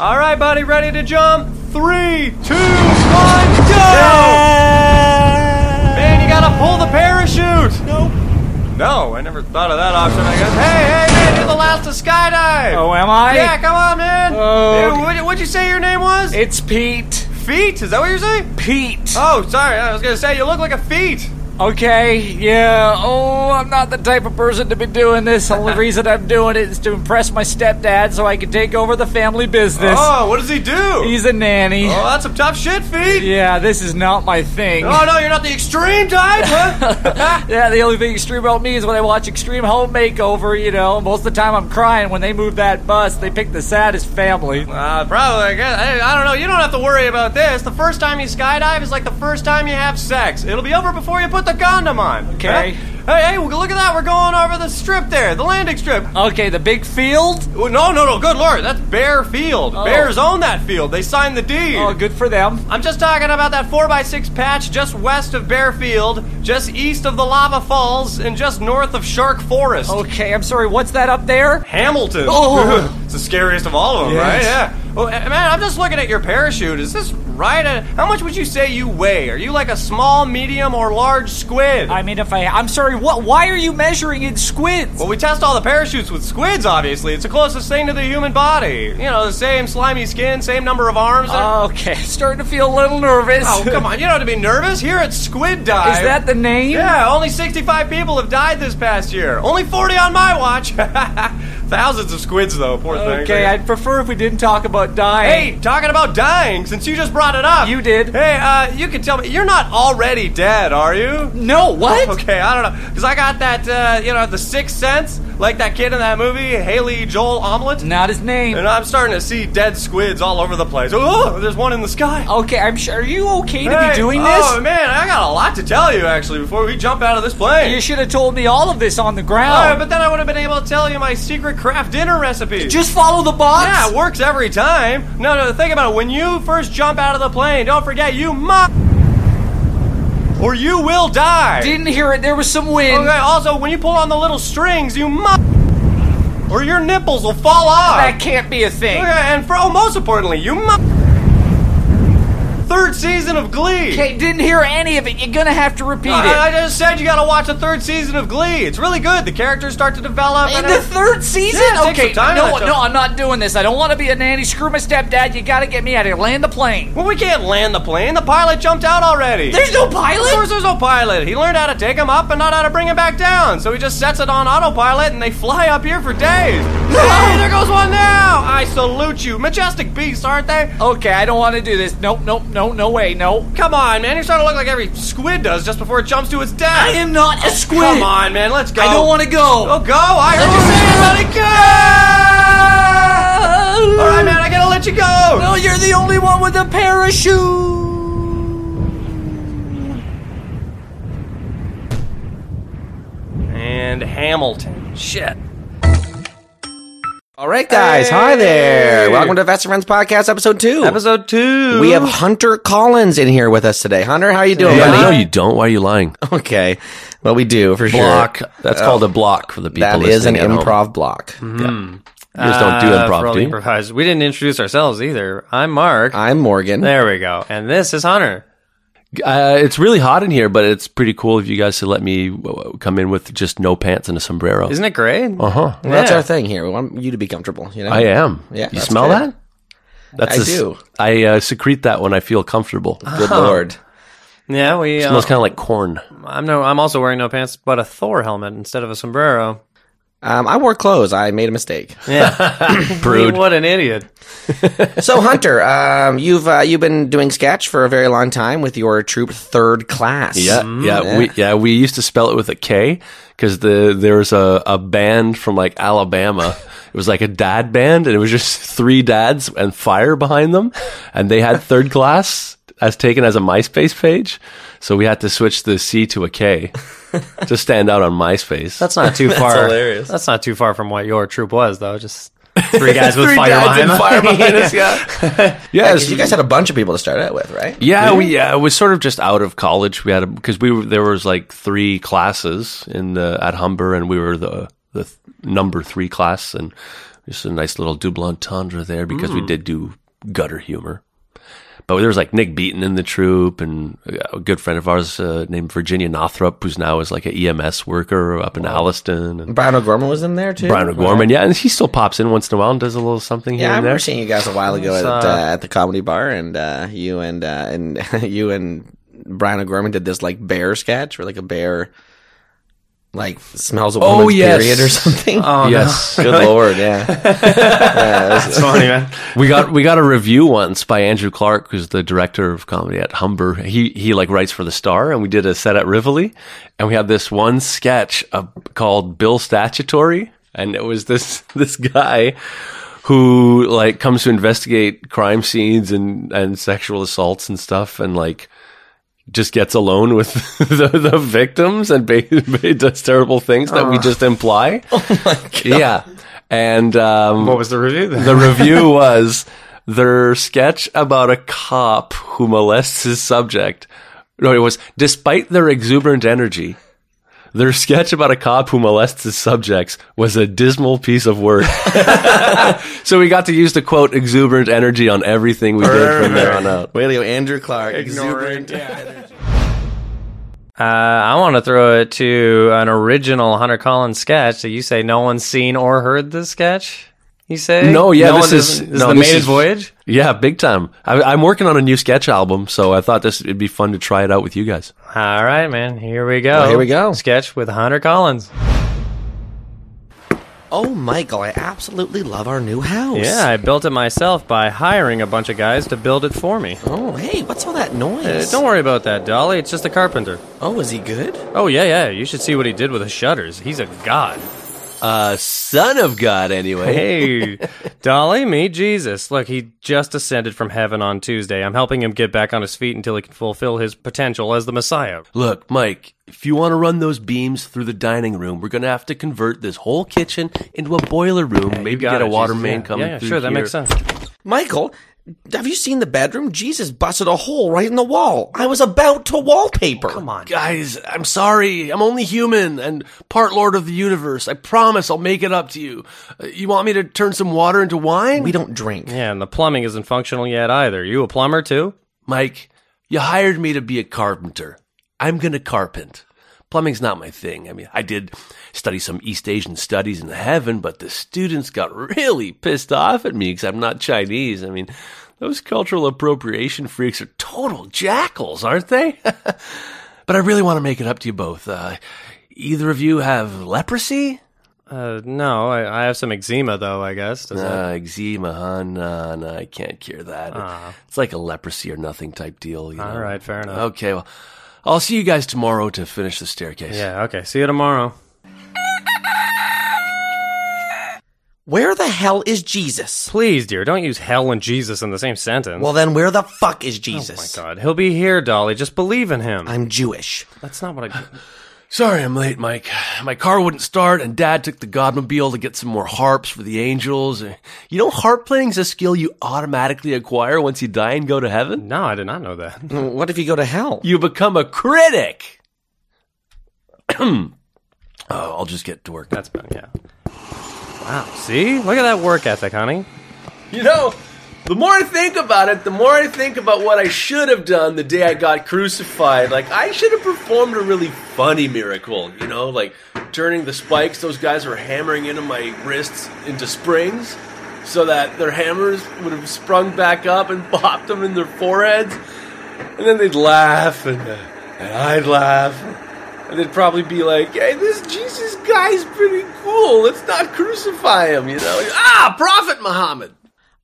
All right, buddy, ready to jump? Three, two, one, go! Man, you gotta pull the parachute! Nope. No, I never thought of that option. I guess. Hey, hey, man, you're the last to skydive. Oh, am I? Yeah, come on, man. Oh. Dude, what, what'd you say your name was? It's Pete. feet? Is that what you're saying? Pete. Oh, sorry. I was gonna say you look like a feet. Okay, yeah. Oh, I'm not the type of person to be doing this. The only reason I'm doing it is to impress my stepdad so I can take over the family business. Oh, what does he do? He's a nanny. oh, that's some tough shit, feet. Yeah, this is not my thing. Oh no, you're not the extreme type, huh? Yeah, the only thing extreme about me is when I watch Extreme Home Makeover, you know, most of the time I'm crying when they move that bus. They pick the saddest family. Uh, probably. I, guess. I, I don't know. You don't have to worry about this. The first time you skydive is like the first time you have sex. It'll be over before you put the condom on. Okay. Huh? Hey, hey, well, look at that. We're going over the strip there, the landing strip. Okay, the big field? Oh, no, no, no. Good lord. That's Bear Field. Oh. Bears own that field. They signed the deed. Oh, good for them. I'm just talking about that 4x6 patch just west of Bear Field, just east of the Lava Falls, and just north of Shark Forest. Okay, I'm sorry, what's that up there? Hamilton. Oh. it's the scariest of all of them, Yes. right? Yeah. Well, eh, man, I'm just looking at your parachute. Is this right? Uh, How much would you say you weigh? Are you like a small, medium, or large squid? I mean, if I. I'm sorry, what? Why are you measuring in squids? well, we test all the parachutes with squids, obviously. It's the closest thing to the human body. You know, the same slimy skin, same number of arms. Oh, Okay, starting to feel a little nervous. oh, come on. You don't have to be nervous. Here at Squid Dive. Is that the name? Yeah, only 65 people have died this past year. Only 40 on my watch. Thousands of squids, though. Poor thing. Okay, I'd prefer if we didn't talk about dying. Hey, talking about dying, since you just brought it up. You did. Hey, uh, you can tell me. You're not already dead, are you? No, what? Okay, I don't know. Because I got that, uh, you know, the sixth sense, like that kid in that movie, Haley Joel Omelette. Not his name. And I'm starting to see dead squids all over the place. Oh, there's one in the sky. Okay, I'm sure. Are you okay to Hey, be doing Oh, this? man, I got a lot to tell you, actually, before we jump out of this plane. You should have told me all of this on the ground. Oh, but then I would have been able to tell you my secret craft dinner recipe. Just follow the box. yeah, it works every time. No, no, think about it. When you first jump out of the plane, don't forget you mu or you will die. Didn't hear it. There was some wind. okay, also, when you pull on the little strings, you mu or your nipples will fall off. That can't be a thing. Okay, and for, oh, most importantly, you mu Third season of Glee. Okay, didn't hear any of it. You're gonna have to repeat I, I just said you gotta watch the third season of Glee. It's really good. The characters start to develop. it. In and the it's- third season? Yeah, take okay, some time no, on that, no, Joe. I'm not doing this. I don't want to be a nanny. Screw my stepdad. You gotta get me out of here. Land the plane. Well, we can't land the plane. The pilot jumped out already. There's no Of course, pilot. there's no pilot. He learned how to take him up and not how to bring him back down. So he just sets it on autopilot and they fly up here for days. Hey, there goes one now! I salute you. Majestic beasts, aren't they? Okay, I don't want to do this. Nope, nope, no, no way, no. Come on, man. You're starting to look like every squid does just before it jumps to its death. I am not a squid. Come on, man. Let's go. I don't want to go. Oh, go. I heard you say it. Let it go! All right, man. I gotta let you go. No, you're the only one with a parachute. And Hamilton. Shit. All right, guys. Hi there. Welcome to Fast and Friends Podcast, episode two. Episode two. we have Hunter Collins in here with us today. Hunter, how you doing, Yeah, no, buddy? you don't. Why are you lying? Okay. Well, we do for Block. sure. That's called a block for the people. That is an listening at home. Mm-hmm. improv Ah, block. You just don't do Uh, for all improv, the do you? improvisers. We didn't introduce ourselves either. I'm Mark. I'm Morgan. there we go. And this is Hunter. Uh, it's really hot in here, but it's pretty cool if you guys could let me uh, come in with just no pants and a sombrero. Isn't it great? uh huh. Well, that's Yeah. our thing here. We want you to be comfortable. You know, I am. Yeah, you that's smell good. that? That's I a s- do. I uh, secrete that when I feel comfortable. Uh-huh. It Good lord. Yeah, we. Uh, smells kind of like corn. I'm no. I'm also wearing no pants, but a Thor helmet instead of a sombrero. Um, I wore clothes. I made a mistake. Brood. What an idiot! So Hunter, um, you've uh, you've been doing sketch for a very long time with your troop Third Class. Yeah, Mm-hmm. yeah, we yeah we used to spell it with a K because the there was a, a band from like Alabama. It was like a dad band, and it was just three dads and fire behind them, and they had third class as taken as a MySpace page. So we had to switch the C to a K to stand out on MySpace. That's not too far. hilarious. That's not too far from what your troop was, though. Just three guys with fire dads behind and them. fire behind us. Yeah, yeah. 'Cause you guys had a bunch of people to start out with, right? Yeah, we yeah, it was sort of just out of college. We had because we were there was like three classes in the at Humber, and we were the the th- number three class, and Just a nice little double entendre there because Mm. we did do gutter humor. But there was like Nick Beaton in the troupe, and a good friend of ours uh, named Virginia Northrup, who's now is like an EMS worker up in Alliston. And Brian O'Gorman was in there too. Brian O'Gorman, yeah, and he still pops in once in a while and does a little something here Yeah, I and there. remember seeing you guys a while ago at, uh, at the comedy bar, and uh, you and uh, and you and Brian O'Gorman did this like bear sketch, where like a bear like smells a Oh, woman's yes. Oh, period or something. yes, Good lord, yeah. Yeah, that was- It's funny, man. we got we got a review once by Andrew Clark, who's the director of comedy at Humber. He he like writes for the Star, and we did a set at Rivoli, and we had this one sketch of, called Bill Statutory, and it was this this guy who like comes to investigate crime scenes and and sexual assaults and stuff, and like just gets alone with the, the victims and ba- ba- does terrible things that we Oh. just imply. Yeah. And um, What was the review? Then? the review was their sketch about a cop who molests his subject. No, it was despite their exuberant energy, their sketch about a cop who molests his subjects was a dismal piece of work. so we got to use the quote exuberant energy on everything we did from there on out. Way to go, Andrew Clark. Ignorant. Uh, I want to throw it to an original Hunter Collins sketch that you say no one's seen or heard this sketch. You say No, yeah, one this is- doesn't- this no, is the this maiden is- voyage. Yeah, big time. I, I'm working on a new sketch album, so I thought this would be fun to try it out with you guys. All right, man. Here we go. here we go. Sketch with Hunter Collins. Oh, Michael, I absolutely love our new house. Yeah, I built it myself by hiring a bunch of guys to build it for me. Oh, hey, what's all that Uh, noise? don't worry about that, Dolly. It's just a carpenter. Oh, is he good? Oh yeah, yeah. You should see what he did with the shutters. He's a god. Uh, son of God, anyway. Hey, Dolly, me Jesus. Look, he just ascended from heaven on Tuesday. I'm helping him get back on his feet until he can fulfill his potential as the Messiah. Look, Mike, if you want to run those beams through the dining room, we're going to have to convert this whole kitchen into a boiler room. Maybe got get a it, water Jesus. main yeah, coming Yeah, through sure, that here. makes sense. Michael, have you seen the bedroom? Jesus busted a hole right in the wall. I was about to wallpaper. come on. Guys, I'm sorry. I'm only human and part lord of the universe. I promise I'll make it up to you. Uh, You want me to turn some water into wine? We don't drink. Yeah, and the plumbing isn't functional yet either. You a plumber too? Mike, you hired me to be a carpenter. I'm going to carpent. Plumbing's not my thing. I mean, I did study some East Asian studies in heaven, but the students got really pissed off at me because I'm not Chinese. I mean, those cultural appropriation freaks are total jackals, aren't they? but I really want to make it up to you both. Uh, either of you have leprosy? Uh, no, I, I have some eczema though. I guess. Does that- Uh, eczema, huh? No, no, I can't cure that. It's like a leprosy or nothing type deal. You know? All Oh. right, fair enough. Okay, well, I'll see you guys tomorrow to finish the staircase. Yeah. Okay. See you tomorrow. Where the hell is Jesus? Please, dear, don't use hell and Jesus in the same sentence. Well, then, where the fuck is oh my Jesus? God, he'll be here, Dolly. Just believe in him. I'm Jewish. That's not what I. Sorry I'm late, Mike. My car wouldn't start, and Dad took the Godmobile to get some more harps for the angels. You know, harp playing's a skill you automatically acquire once you die and go to heaven. No, I did not know that. What if you go to hell? You become a critic. oh, I'll just get to work. That's been yeah. Wow. See, look at that work ethic, honey. You know, the more I think about it, the more I think about what I should have done the day I got crucified. Like, I should have performed a really funny miracle, you know, like turning the spikes those guys were hammering into my wrists into springs so that their hammers would have sprung back up and popped them in their foreheads. And then they'd laugh, and, uh, and I'd laugh. And they'd probably be like, hey, this Jesus guy's pretty cool. Let's not crucify him, you know? Ah, Prophet Muhammad.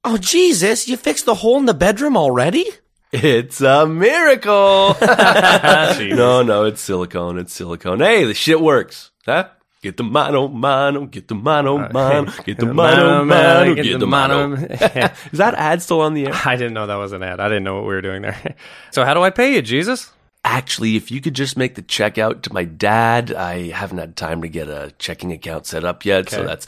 Oh, Jesus, you fixed the hole in the bedroom already? It's a miracle. Jeez. no, no, it's silicone. It's silicone. Hey, the shit works. Huh? Get the mono, mono, get the mono, mono, get the mono, mono, get the mono. Is that ad still on the air? I didn't know that was an ad. I didn't know what we were doing there. So how do I pay you, Jesus? Actually, if you could just make the check out to my dad, I haven't had time to get a checking account set up yet. So Okay. that's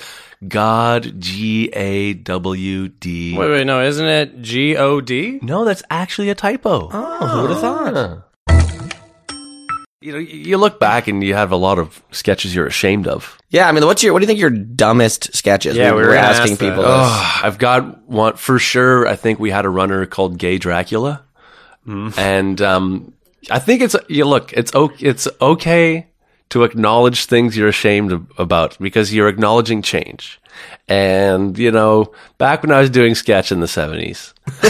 God, G A W D. Wait, wait, no, isn't it G O D? No, that's actually a typo. Oh, who would have thought? Ah. You know, you look back and you have a lot of sketches you're ashamed of. Yeah, I mean, what's your what do you think your dumbest sketch is? Yeah, we were are gonna ask asking that. people. this. Oh, I've got one for sure. I think we had a runner called Gay Dracula, and um, I think it's you look it's o- it's okay to acknowledge things you're ashamed ab- about because you're acknowledging change. And you know, back when I was doing sketch in the seventies,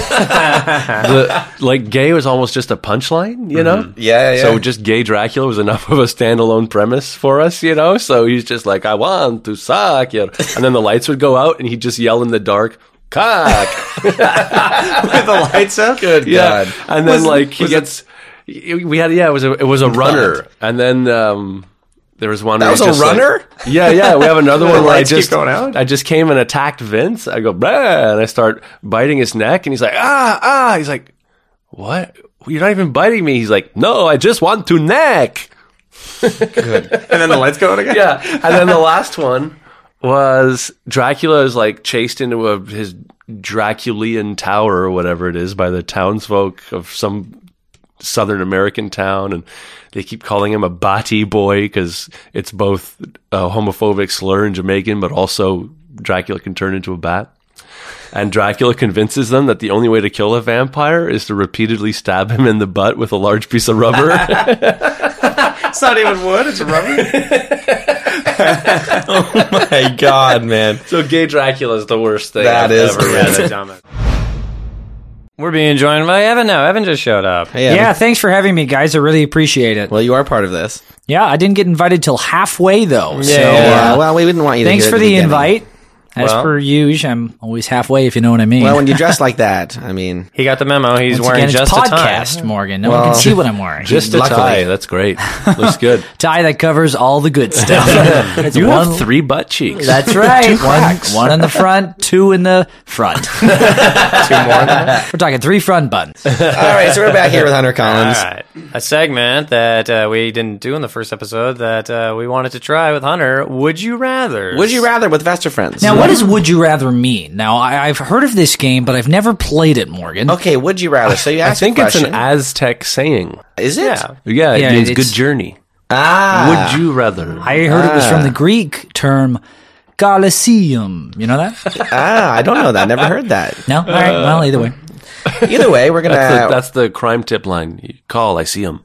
like gay was almost just a punchline, you know. Mm-hmm. Yeah, yeah, So yeah. just gay Dracula was enough of a standalone premise for us, you know? So he's just like, I want to suck you. And then the lights would go out and he'd just yell in the dark, cock. the lights up. Good yeah. God. And then like he gets, we had, yeah, it was a, it was a runner. And then, um, there was one. That where was he's a just like- runner? yeah, yeah. We have another one where I lights keep just going out? I just came and attacked Vince. I go, Bleh, and I start biting his neck, and he's like, ah, ah. He's like, what? You're not even biting me. He's like, no, I just want to neck. And then the lights go out again. yeah. And then the last one was Dracula is like chased into a, his Draculian tower or whatever it is by the townsfolk of some Southern American town, and they keep calling him a Bati boy because it's both a homophobic slur in Jamaican, but also Dracula can turn into a bat. And Dracula convinces them that the only way to kill a vampire is to repeatedly stab him in the butt with a large piece of rubber. It's not even wood, it's rubber. My God, man. so, gay Dracula is the worst thing. That I've is- ever read. We're being joined by Evan now. Evan just showed up. Hey, Evan. Yeah, thanks for having me, guys. I really appreciate it. Well, you are part of this. Yeah, I didn't get invited till halfway though. so, Yeah. uh, well, we didn't want you. thanks to hear for it at the, beginning. invite. As Well- per usual, I'm always halfway if you know what I mean. Well, when you dress like that, I mean, He got the memo. He's Once wearing again, just it's a tie. podcast, Morgan. No one can see what I'm wearing. Just a Luckily. tie. That's great. Looks good. tie that covers all the good stuff. It's you one, have three butt cheeks. That's right. one, one in the front, two in the front. two more. We're talking three front buttons. all right. So we're back here with Hunter Collins. All right. A segment that uh, we didn't do in the first episode that uh, we wanted to try with Hunter. Would you rather? Would you rather with Vester friends? Now, what does "Would you rather" mean? Now, I, I've heard of this game, but I've never played it, Morgan. Okay, would you rather? So you I ask think a it's question. an Aztec saying. Is it? Yeah. Yeah, it Yeah, means it's- good journey. Ah, Would you rather? I heard it was from the Greek term "Colosseum." You know that? ah, I don't know that. Never heard that. No. All right. Well, either way. Either way, we're gonna. that's, the, that's the crime tip line. You call, I see him.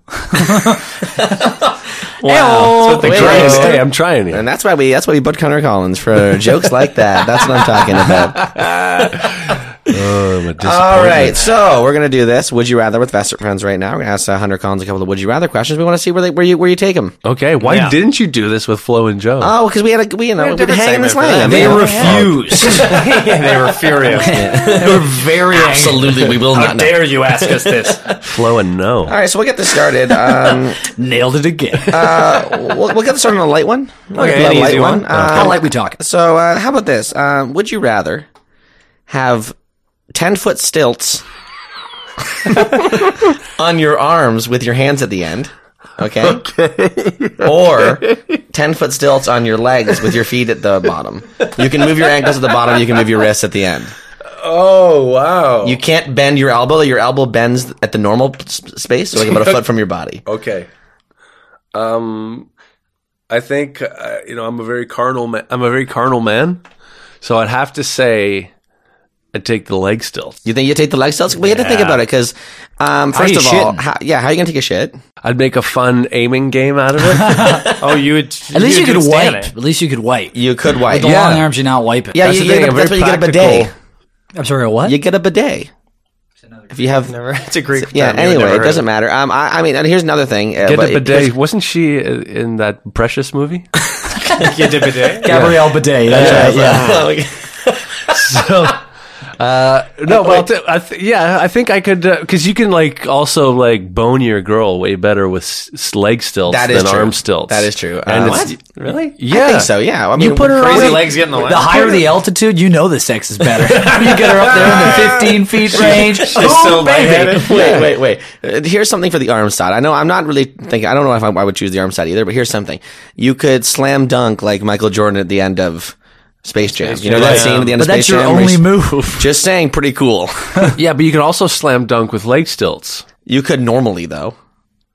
Wow. Wait, wait, wait. Hey, I'm trying here. And that's why we that's why we booked Hunter Collins for jokes like that. That's what I'm talking about. Oh, All right, so we're gonna do this. Would you rather with Vester friends right now? We're gonna ask uh, Hunter Collins a couple of Would you rather questions. We want to see where they, where you where you take them. Okay, why Yeah. didn't you do this with Flo and Joe? Oh, because we had a we you know we did the hang segment in this for lane. that. They Yeah. refused. they were furious. they were very angry. Absolutely, we will not. know. Dare you ask us this? Flo and no. All right, so we'll get this started. Um, Nailed it again. we'll, we'll get this started on a light one. We'll Okay, do a an light easy one. Um, How like we talk. So, uh, how about this? Um, would you rather have 10 foot stilts on your arms with your hands at the end? Okay. Or 10 foot stilts on your legs with your feet at the bottom. You can move your ankles at the bottom, you can move your wrists at the end. Oh wow. You can't bend your elbow, your elbow bends at the normal s- space, so like about a foot from your body. Okay. Um, I think uh, you know I'm a very carnal. Ma- I'm a very carnal man, so I'd have to say I'd take the leg still. You think you take the leg stilts? We have to think about it because, um, first you of all, shitting? how, yeah, how are you going to take a shit? I'd make a fun aiming game out of it. Oh, you would. At least you would could do wipe. standing. At least you could wipe. You could wipe. The Yeah. long arms, you're not wiping. Yeah, That's you, the you thing, get a, I'm that's very when you get a bidet. practical. I'm sorry, what? You get a bidet. If you have, It's a Greek. yeah. term. You've never Anyway, it heard of doesn't matter. Um, I, I mean, and here's another thing. Uh, Get but a it- bidet. Wasn't she uh, in that Precious movie? Get a bidet. Gabrielle Bidet. That's right. so, uh, no, but t- I th- yeah, I think I could because you can like also like bone your girl way better with s- s- leg stilts That is than true. arm stilts. That is true. And Uh, it's- what? really? I Yeah, think so. Yeah. I mean, You put her Crazy on legs get in the way. The higher the altitude, you know the sex is better. you get her up there in the 15 feet range. so oh, baby. lightheaded. Wait, wait, wait. Uh, Here's something for the arm side. I know I'm not really thinking. I don't know if I, I would choose the arm side either. But here's something. You could slam dunk like Michael Jordan at the end of Space Jam. You know that Jam. scene at the end But of Space that's your Jam. where only he's- move. Just saying, pretty cool. Yeah, but you can also slam dunk with leg stilts. you could normally though.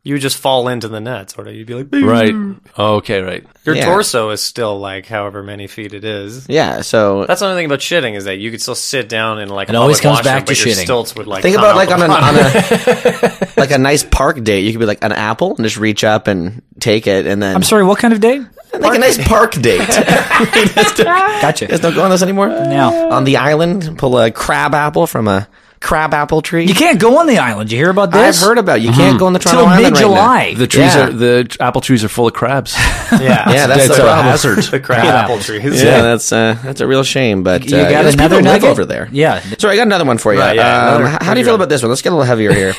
You would just fall into the net, sort of. You'd be like, "Boo." Right. Mm-hmm. Okay, right. Your Yeah. torso is still like however many feet it is. Yeah, so That's another thing about shitting is that you could still sit down in like. It always public comes back washroom, to but your shitting. Stilts would like. think come about out like the on, an, bottom. on a like a nice park date. You could be like an apple and just reach up and take it, and then I'm sorry, what kind of date? like a nice park date. you guys don't- you Gotcha. guys don't go on those anymore. No. on the island, pull a crab apple from a crab apple tree. You can't go on the island. You hear about I've this? Mm-hmm. heard about. You can't go on the Toronto Till Island right mid now. July. The trees Yeah. are the t- apple trees are full of crabs. yeah, Yeah, that's It's the a problem. hazard. the crab apple trees. Yeah, that's uh, that's a real shame. But You uh, got there's another people live nugget? over there. Yeah. Sorry, I got another one for you. Right, yeah, um, another- h- how do you feel about this one? Let's get a little heavier here.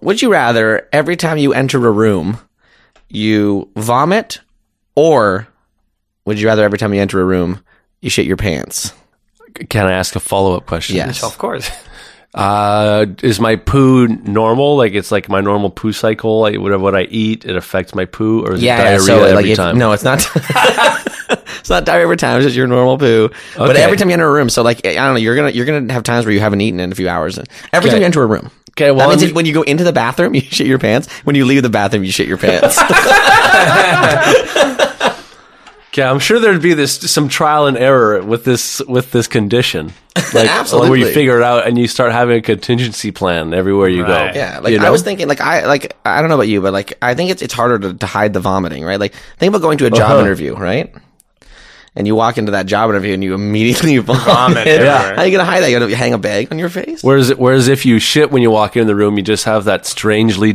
Would you rather every time you enter a room, you vomit, or would you rather every time you enter a room, you shit your pants? Can I ask a follow up question? Yes. Of course. Uh, is my poo normal? Like it's like my normal poo cycle. Like whatever what I eat, it affects my poo, or is it diarrhea every if- time? No, it's not. it's not diarrhea every time. It's just your normal poo. But Okay. every time you enter a room, so like I don't know, you're gonna you're gonna have times where you haven't eaten in a few hours. Every time Okay. you enter a room. Okay, well, that means I'm- if- when you go into the bathroom, you shit your pants. When you leave the bathroom, you shit your pants. Yeah, I'm sure there'd be this some trial and error with this with this condition, like Absolutely. where you figure it out and you start having a contingency plan everywhere you Right. go. Yeah, like You I know? was thinking, like I like I don't know about you, but like I think it's it's harder to, to hide the vomiting, right? Like think about going to a job Uh-huh. interview, right? And you walk into that job interview and you immediately vomit. everywhere. How are you gonna hide that? You gonna hang a bag on your face? Whereas, whereas if you shit when you walk in the room, you just have that strangely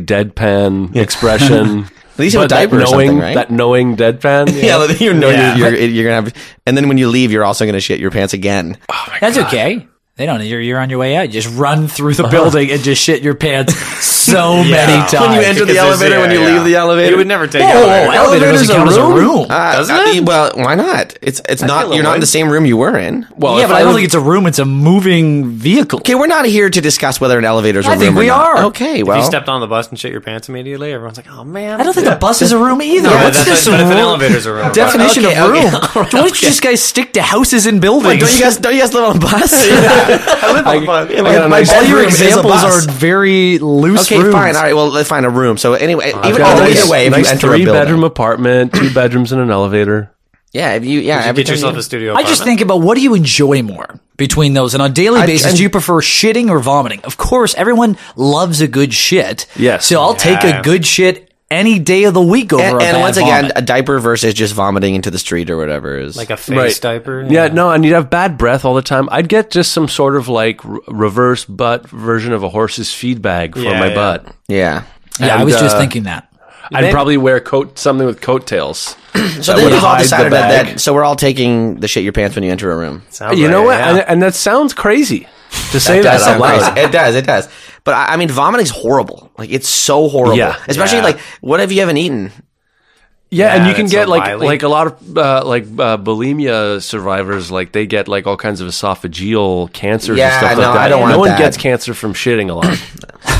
deadpan expression. At least you have a diaper or that something, knowing, right? That knowing deadpan. yeah, like, you know Yeah. You're, you're you're gonna have, and then when you leave, you're also gonna shit your pants again. Oh, That's okay. They don't. You're, you're on your way out. You just run through the building and just shit your pants so many times. Uh-huh. When you enter the Because elevator, there's- when you yeah, leave yeah. the elevator, You would never take Oh, Whoa, it. whoa, there. whoa, elevator doesn't count as a room. Uh, Doesn't I it? mean, well, why not? It's it's not. You're not in the same room you were in. Well, yeah, but Oh, I don't think it's a room. It's a moving vehicle. okay. We're not here to discuss whether an elevator is a I room. think or we not. are. Okay, If well, you stepped on the bus and shit your pants immediately, everyone's like, "Oh man." I don't think the bus is a room either. Yeah, What's that's- this but if an room- elevator's a room. definition Okay, of okay, room? all right, Why don't you just guys stick to houses and buildings? don't you guys don't you guys live on a bus? I live on bus. I got a nice All your bedroom is a examples bus. are very loose Okay, rooms. fine. All right. Well, let's find a room. So anyway, even, got a oh, nice- either way, if nice you enter a three building, bedroom apartment, two bedrooms and an elevator. yeah, if you yeah, You every get time yourself you- a studio. I just apartment. think about what do you enjoy more between those, and on a daily basis, I- do you prefer shitting or vomiting? Of course, everyone loves a good shit. Yes. So I'll take a Yeah. good shit any day of the week over and, a and bad once vomit. again, a diaper versus just vomiting into the street or whatever is like a face diaper. Yeah. no, and you'd have bad breath all the time. I'd get just some sort of like r- reverse butt version of a horse's feed bag for Yeah, my yeah. butt. yeah. yeah, I and, was just uh, thinking that. I'd probably wear coat something with coattails. So would then we've all hide the decided that, bag. that. So we're all taking the shit your pants when you enter a room. Sounds you know Oh, what? right, yeah. And, and that sounds crazy to That say that, sounds out loud. crazy. It does. It does. But I, I mean, vomiting's horrible. Like it's so horrible. Yeah. Especially Yeah. like what if you haven't eaten? Yeah, and Yeah, you can that's so get like wily. like a lot of uh, like uh, bulimia survivors, like they get like all kinds of esophageal cancers Yeah, and stuff no, like that. I don't no want one that. gets cancer from shitting a lot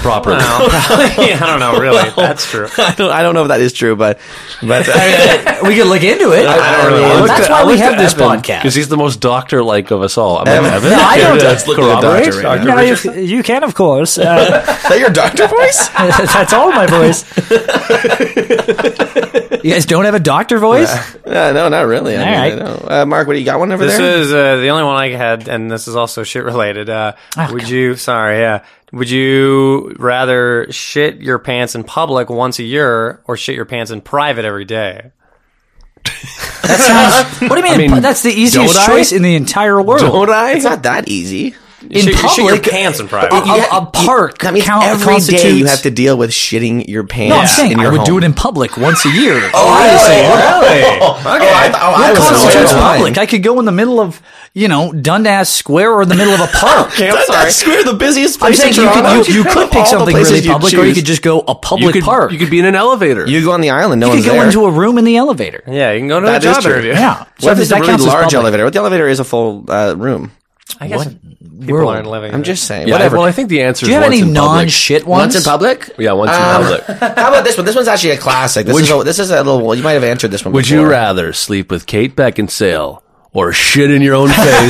properly. yeah, I don't know. Really, that's true. I don't. I don't know if that is true, but but uh, we could look into it. don't really I want That's looked at- why I we looked have at this Evan, podcast. because he's the most doctor like of us all. I'm like, Evan, I you're don't- the Let's look at the corroborate? doctor right now. No, you, you can, of course. Uh, Is that your doctor voice? that's all my voice. you guys don't have a doctor voice? Uh, no, not really. I All mean, I right. don't- Uh, Mark, what do you got? One over This there. is uh, the only one I had, and this is also shit related. Uh, Oh, would you? Sorry, yeah. Would you rather shit your pants in public once a year or shit your pants in private every day? That sounds. What do you mean? that's the easiest don't I? choice in the entire world. I? It's not that easy. in shit, you shit your public, pants in private. Oh. a, a- a park That means count every day you constitutes- have to deal with shitting your pants. No, I'm saying in I your would do home. it in public once a year. Oh, really? Okay. I, th- oh, I was constitutes online. public. I could go in the middle of you know Dundas Square or the middle of a park. Okay, I'm sorry. That's square, the busiest I'm place saying in you Toronto. could you, you could pick All the something places really you public, or you choose. could just go a You public could park. you could be in an elevator. You go on the island. No You could one's go there. into a room in the elevator. Yeah, you can go to That the is job true. interview. Yeah, What if So it's a really counts as large public. elevator? What if the elevator is a full uh, room? I guess people World. aren't living. I'm just saying. Yeah, whatever. Well, I think the answer Do you is have once any in public. non-shit ones? once in public? Yeah, once Um, in public. How about this one? This one's actually a classic. This Would is you- a, this is a little. You might have answered this one. Would you before. rather sleep with Kate Beckinsale or shit in your own face.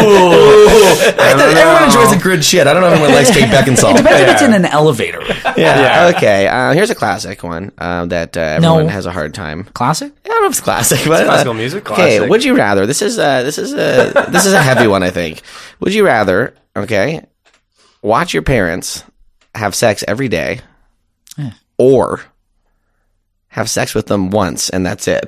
I thought everyone enjoys a good shit. I don't know if anyone likes Kate Beckinsale. Depends if it's in an elevator. Yeah. Okay. Uh, here's a classic one um, that uh, everyone has a hard time. Classic? I don't know if it's classic, but uh, classical music, Okay. classic. Would you rather? This is uh, this is a this is a heavy one. I think. Would you rather? Okay. Watch your parents have sex every day, or have sex with them once and that's it.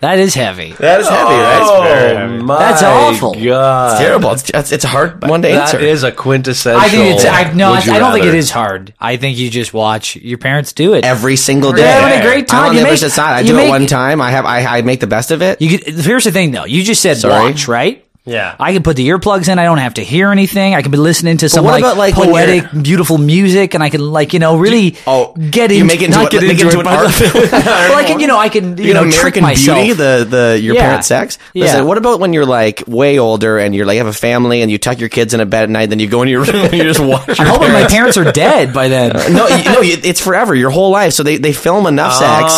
That is heavy. that is heavy. That's That's awful. God. terrible. It's, it's, it's a hard one to answer. That is a quintessential. I think it's. I, no, I, would you I don't think it rather. is hard. I think you just watch your parents do it. every single day. You're having a great time. I'm on You the make- other side. I you do make- it one time. I have. I, I make the best of it. You get, here's the thing, though. You just said Sorry. watch, right? Yeah. I can put the earplugs in. I don't have to hear anything. I can be listening to some what like, about, like, when poetic, you're- beautiful music, and I can like you know really oh, get you in- make it into not a- make it into an but- art film. well, I can you know I can you, you know, know trick American myself. Beauty, the the your Yeah. parents' sex. Yeah. Listen, what about when you're like way older and you're like have a family and you tuck your kids in a bed at night, then you go into your room and you just watch. I'm Your hoping my parents are dead by then. no, you, no, you, it's forever. Your whole life. So they, they film enough sex.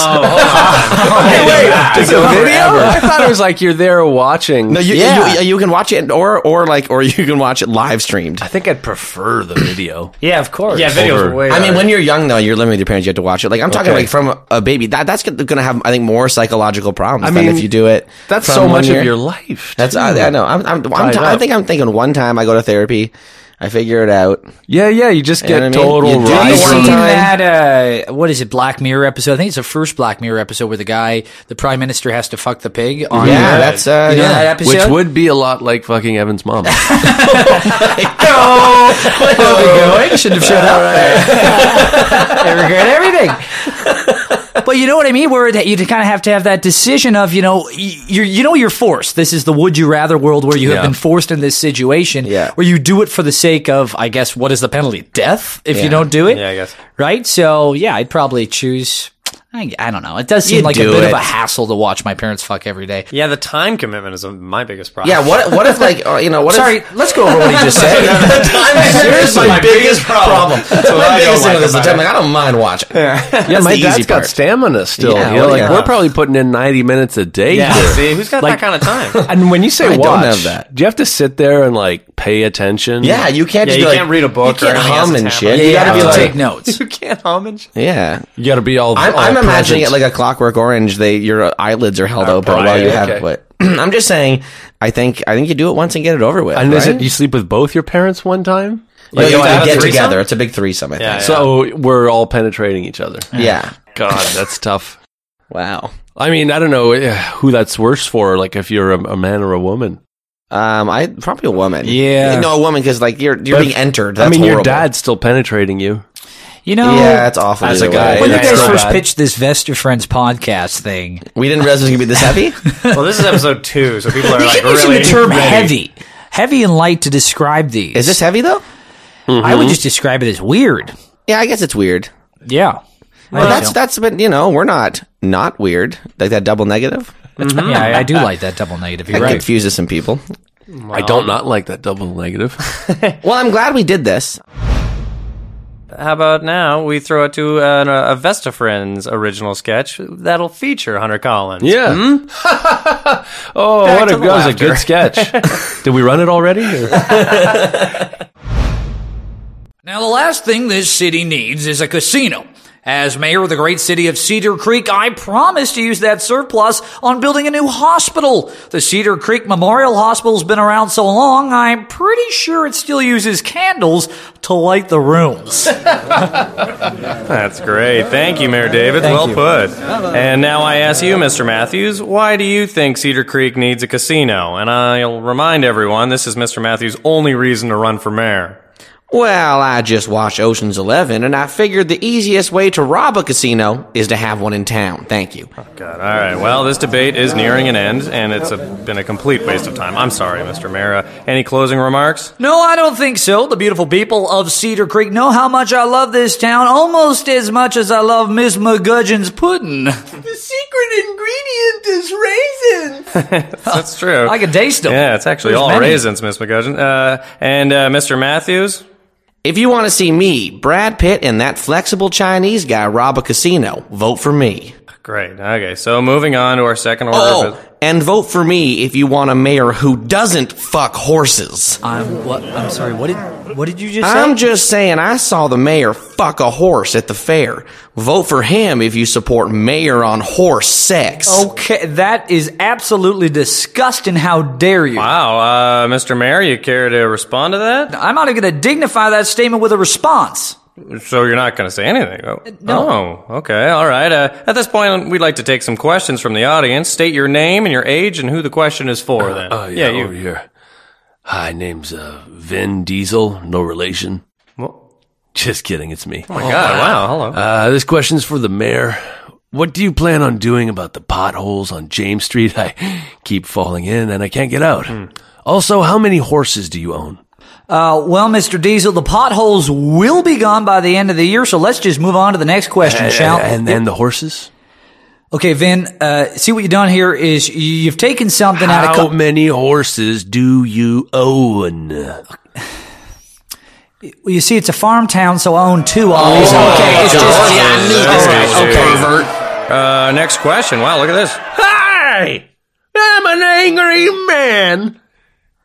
Hey, wait, is it a video? Forever. I thought it was like you're there watching. No, you, Yeah. you, you can watch it or or like or you can watch it live streamed. I think I'd prefer the video. Yeah, of course. Yeah, videos Over- are way. I mean, when you're young though, you're living with your parents. You have to watch it. Like I'm talking like from a baby. That that's going to have I think more psychological problems I than mean, if you do it. That's from so when much you're- of your life. That's too. I, I know. I'm, I'm, I'm Tied t- i up. think I'm thinking one time I go to therapy, I figure it out. yeah, yeah. You just know get what I mean? total You do Have I you one seen time- that? Uh, what is it? Black Mirror episode. I think it's the first Black Mirror episode where the guy, the prime minister, has to fuck the pig. On Yeah, uh, that's uh, you know yeah. that episode. which would be a lot like fucking Evan's mom. I shouldn't have showed up. I regret everything. But you know what I mean? Where that you kind of have to have that decision of you know you you know you're forced. This is the would you rather world where you have Yeah. been forced in this situation. Yeah. Where you do it for the sake of I guess what is the penalty? Death if you Yeah. don't do it. Yeah, I guess. Right. So yeah, I'd probably choose. I, I don't know. It does seem You like a do bit of it. a hassle to watch my parents fuck every day. Yeah, the time commitment is my biggest problem. Yeah. What what if like uh, you know what? Sorry, If, let's go over what he just said. Seriously, my, biggest problem. That's what my biggest thing with this. is The time, like, I don't mind watching. yeah, That's my the dad's easy got part. stamina still. Yeah, you know, what like do you we're have? probably putting in ninety minutes a day. Yeah, here. see, who's got Like- that kind of time? And when you say I don't watch, have that. do you have to sit there and like pay attention? Yeah, you can't. Yeah, just you be like, can't read a book You or can't anything hum else and that's shit. happening. You Yeah, gotta be I'll like, take notes. you can't hum and shit. yeah. you got to be all. I'm, all I'm imagining it present. like a clockwork orange. They your eyelids are held open right, while you okay. have what. I'm just saying. I think I think you do it once and get it over with. And is right? it you sleep with both your parents one time? No, you you have to have a get threesome? together. It's a big threesome. I think. Yeah, yeah. So we're all penetrating each other. yeah. God, that's tough. Wow. I mean, I don't know eh, who that's worse for. Like if you're a, a man or a woman. Um, I probably a woman. Yeah. no, a woman because like you're you're being entered. That's I mean, your horrible. dad's still penetrating you. You know. Yeah, it's awful. As a either guy, way. When you that's guys so first bad. pitched this Vester Friends podcast thing, we didn't realize it was gonna be this heavy. Well, this is episode two, so people are They like keep using really the term ready. heavy, heavy and light to describe these. Is this Mm-hmm. heavy though? I would just describe it as weird. Yeah, I guess it's weird. Yeah, But that's that's but you know we're not not weird like that double negative. yeah, I, I do like that double negative. You're It right. confuses some people. I don't not like that double negative. Well, I'm glad we did this. How about now we throw it to an, a Vesta Friends original sketch that'll feature Hunter Collins? Yeah. oh, Back what to a, the that was a laughter. good sketch. Did we run it already? or- Now, the last thing this city needs is a casino. As mayor of the great city of Cedar Creek, I promise to use that surplus on building a new hospital. The Cedar Creek Memorial Hospital's been around so long, I'm pretty sure it still uses candles to light the rooms. That's great. Thank you, Mayor David. well put. And now I ask you, Mr. Matthews, why do you think Cedar Creek needs a casino? And I'll remind everyone this is Mr. Matthews' only reason to run for mayor. Well, I just watched Ocean's Eleven, and I figured the easiest way to rob a casino is to have one in town. Thank you. God, all right. Well, this debate is nearing an end, and it's a, been a complete waste of time. I'm sorry, Mr. Mayor. Uh, any closing remarks? No, I don't think so. The beautiful people of Cedar Creek know how much I love this town almost as much as I love Miss McGudgeon's pudding. That's true. I can taste them. yeah, it's actually There's all many. raisins, Miss McGudgeon. Uh, and uh, Mr. Matthews? If you want to see me, Brad Pitt, and that flexible Chinese guy rob a casino, vote for me. Great. Okay, so moving on to our second order. of Oh, and vote for me if you want a mayor who doesn't fuck horses. I'm what? I'm sorry. What did what did you just I'm say? just saying, I saw the mayor fuck a horse at the fair. Vote for him if you support mayor on horse sex. Okay, that is absolutely disgusting. How dare you? Wow, uh, Mr. Mayor, you care to respond to that? I'm not even going to dignify that statement with a response. So you're not going to say anything? Oh, no. Oh, okay, all right. Uh, at this point, we'd like to take some questions from the audience. State your name and your age and who the question is for. then. Oh yeah, over here. Hi, name's uh, Vin Diesel. No relation. Just kidding, it's me. Oh my God! Wow. Hello. Uh, this question's for the mayor. What do you plan on doing about the potholes on James Street? I keep falling in and I can't get out. Also, how many horses do you own? Uh, well, Mr. Diesel, the potholes will be gone by the end of the year, so let's just move on to the next question, shall we? and then the horses? Okay, Vin, uh, see what you've done here is you- you've taken something out of. How Co- many horses do you own? well, you see, it's a farm town, so I own two always. okay, it's just. Yeah, I knew this guy. Dude. Okay, Vert. Uh, next question. Wow, look at this. Hi! I'm an angry man.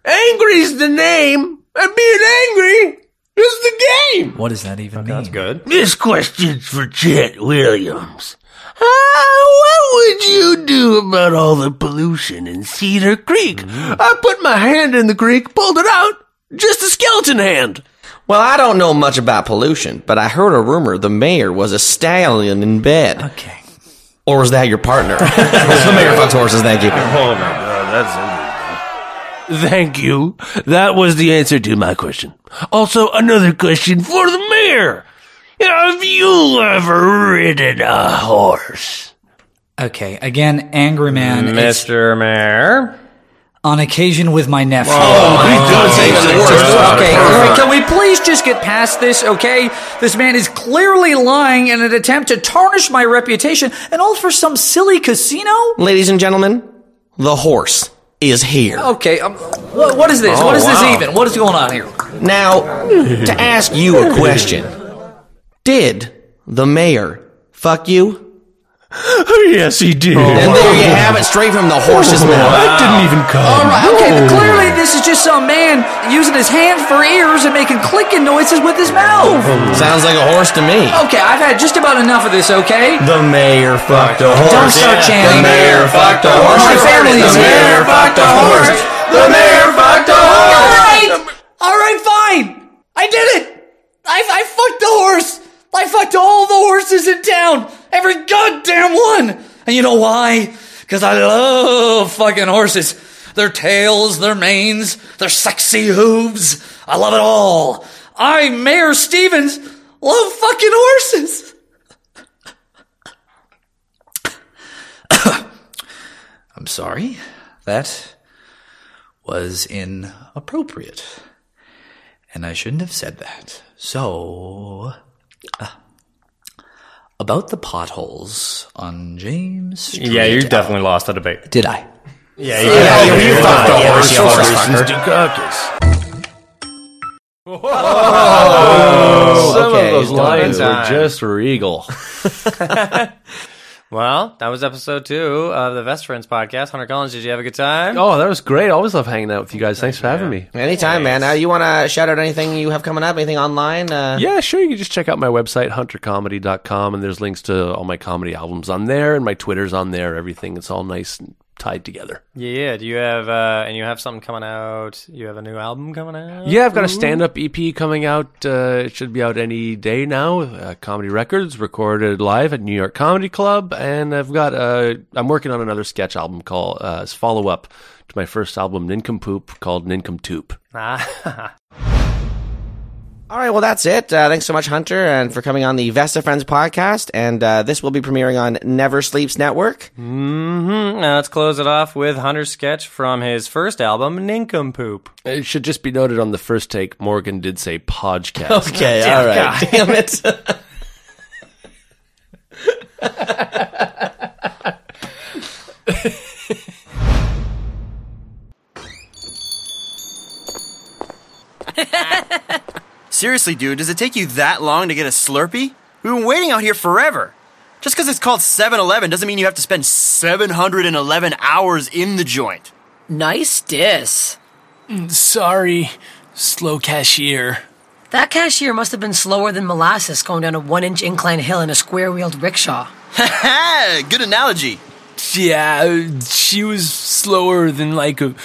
Angry's the name, and being angry is the game. What does that even mean? Good. This question's for Chet Williams. How, what would you do about all the pollution in Cedar Creek? I put my hand in the creek, pulled it out, just a skeleton hand. Well, I don't know much about pollution, but I heard a rumor the mayor was a stallion in bed. Okay. Or was that your partner? the mayor fucks horses, thank you. Thank you. That was the answer to my question. Also, another question for the mayor. Have you ever ridden a horse? Okay, again, angry man. It's Mr. Mayor. on occasion with my nephew. Okay, Okay, all right, can we please just get past this, okay? This man is clearly lying in an attempt to tarnish my reputation, and all for some silly casino? Ladies and gentlemen, the horse is here. Okay, um, what, what is this? what is this even? What is going on here? Now, to ask you a question Did the mayor fuck you? Yes, he did. And there you have it, straight from the horse's mouth. didn't even come. All right, okay, but clearly this is just some man using his hand for ears and making clicking noises with his mouth. Sounds like a horse to me. Okay, I've had just about enough of this, okay? The mayor fucked a horse. Don't start chanting. fucked a horse. My family is here. The mayor fucked a All horse. right, all right, fine. I did it. I, I fucked the horse. I fucked all the horses in town, every goddamn one. And you know why? Because I love fucking horses. Their tails, their manes, their sexy hooves. I love it all. I, Mayor Stevens, love fucking horses. I'm sorry. That was inappropriate. And I shouldn't have said that. So, ah, about the potholes on James Street. Yeah, you definitely lost the debate. Did I? Some Okay, of those he's done lines it. were just regal. Well, that was episode two of the Best Friends podcast. Hunter Collins, did you have a good time? Oh, that was great. I always love hanging out with you guys. Thanks for having me. Anytime, man. Uh, you want to shout out anything you have coming up? Anything online? Uh, Yeah, sure. You can just check out my website, huntercomedy.com, and there's links to all my comedy albums on there, and my Twitter's on there, everything. It's all nice and tied together. Yeah. Do you have uh, and you have something coming out? You have a new album coming out? Yeah, I've got a stand up EP coming out. Uh, it should be out any day now. Uh, Comedy Records, recorded live at New York Comedy Club. And I've got, uh, I'm working on another sketch album called, uh, follow up to my first album, Nincompoop, called Nincomtoop. All right, well, that's it. Uh, thanks so much, Hunter, and for coming on the Vesta Friends podcast. And uh, this will be premiering on Never Sleeps Network. Mm-hmm. Now let's close it off with Hunter's sketch from his first album, Nincompoop. It should just be noted on the first take, Morgan did say podcast. Okay, all right. Damn it. Seriously, dude, does it take you that long to get a Slurpee? We've been waiting out here forever. Just because it's called 7 Eleven doesn't mean you have to spend 711 hours in the joint. Nice diss. Mm, Sorry, slow cashier. That cashier must have been slower than molasses going down a one inch incline hill in a square wheeled rickshaw. Ha! Good analogy. Yeah, she was slower than like a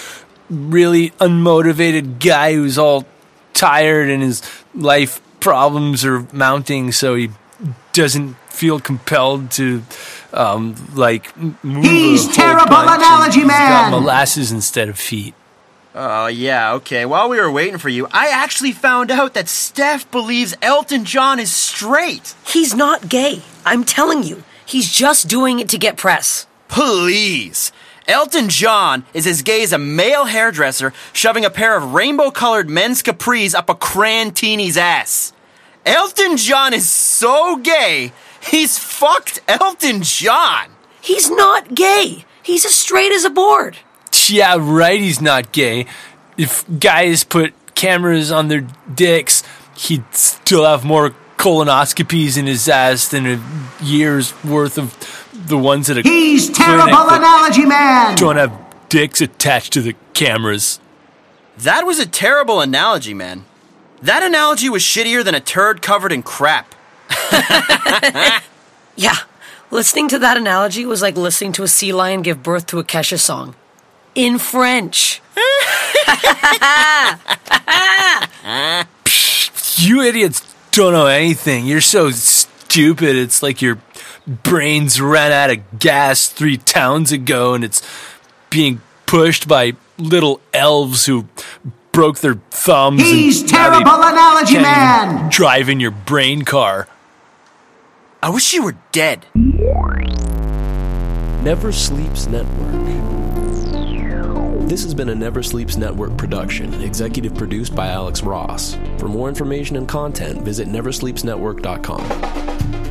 really unmotivated guy who's all tired and his life problems are mounting, so he doesn't feel compelled to um, like m- move. He's a whole terrible bunch. analogy He's got man. molasses instead of feet. Oh, yeah, okay. While we were waiting for you, I actually found out that Steph believes Elton John is straight. He's not gay. I'm telling you. He's just doing it to get press. Please. Elton John is as gay as a male hairdresser shoving a pair of rainbow colored men's capris up a crantini's ass. Elton John is so gay, he's fucked Elton John. He's not gay. He's as straight as a board. Yeah, right. He's not gay. If guys put cameras on their dicks, he'd still have more colonoscopies in his ass than a year's worth of the ones that a He's clinic terrible that analogy man. don't have dicks attached to the cameras. That was a terrible analogy, man. That analogy was shittier than a turd covered in crap. Yeah. Listening to that analogy was like listening to a sea lion give birth to a Kesha song. In French. You idiots don't know anything. You're so stupid. It's like your brains ran out of gas three towns ago and it's being pushed by little elves who broke their thumbs. and He's now they terrible analogy can't even man. Drive in your brain car. I wish you were dead. Never Sleeps Network. This has been a Never Sleeps Network production, executive produced by Alex Ross. For more information and content, visit neversleepsnetwork.com.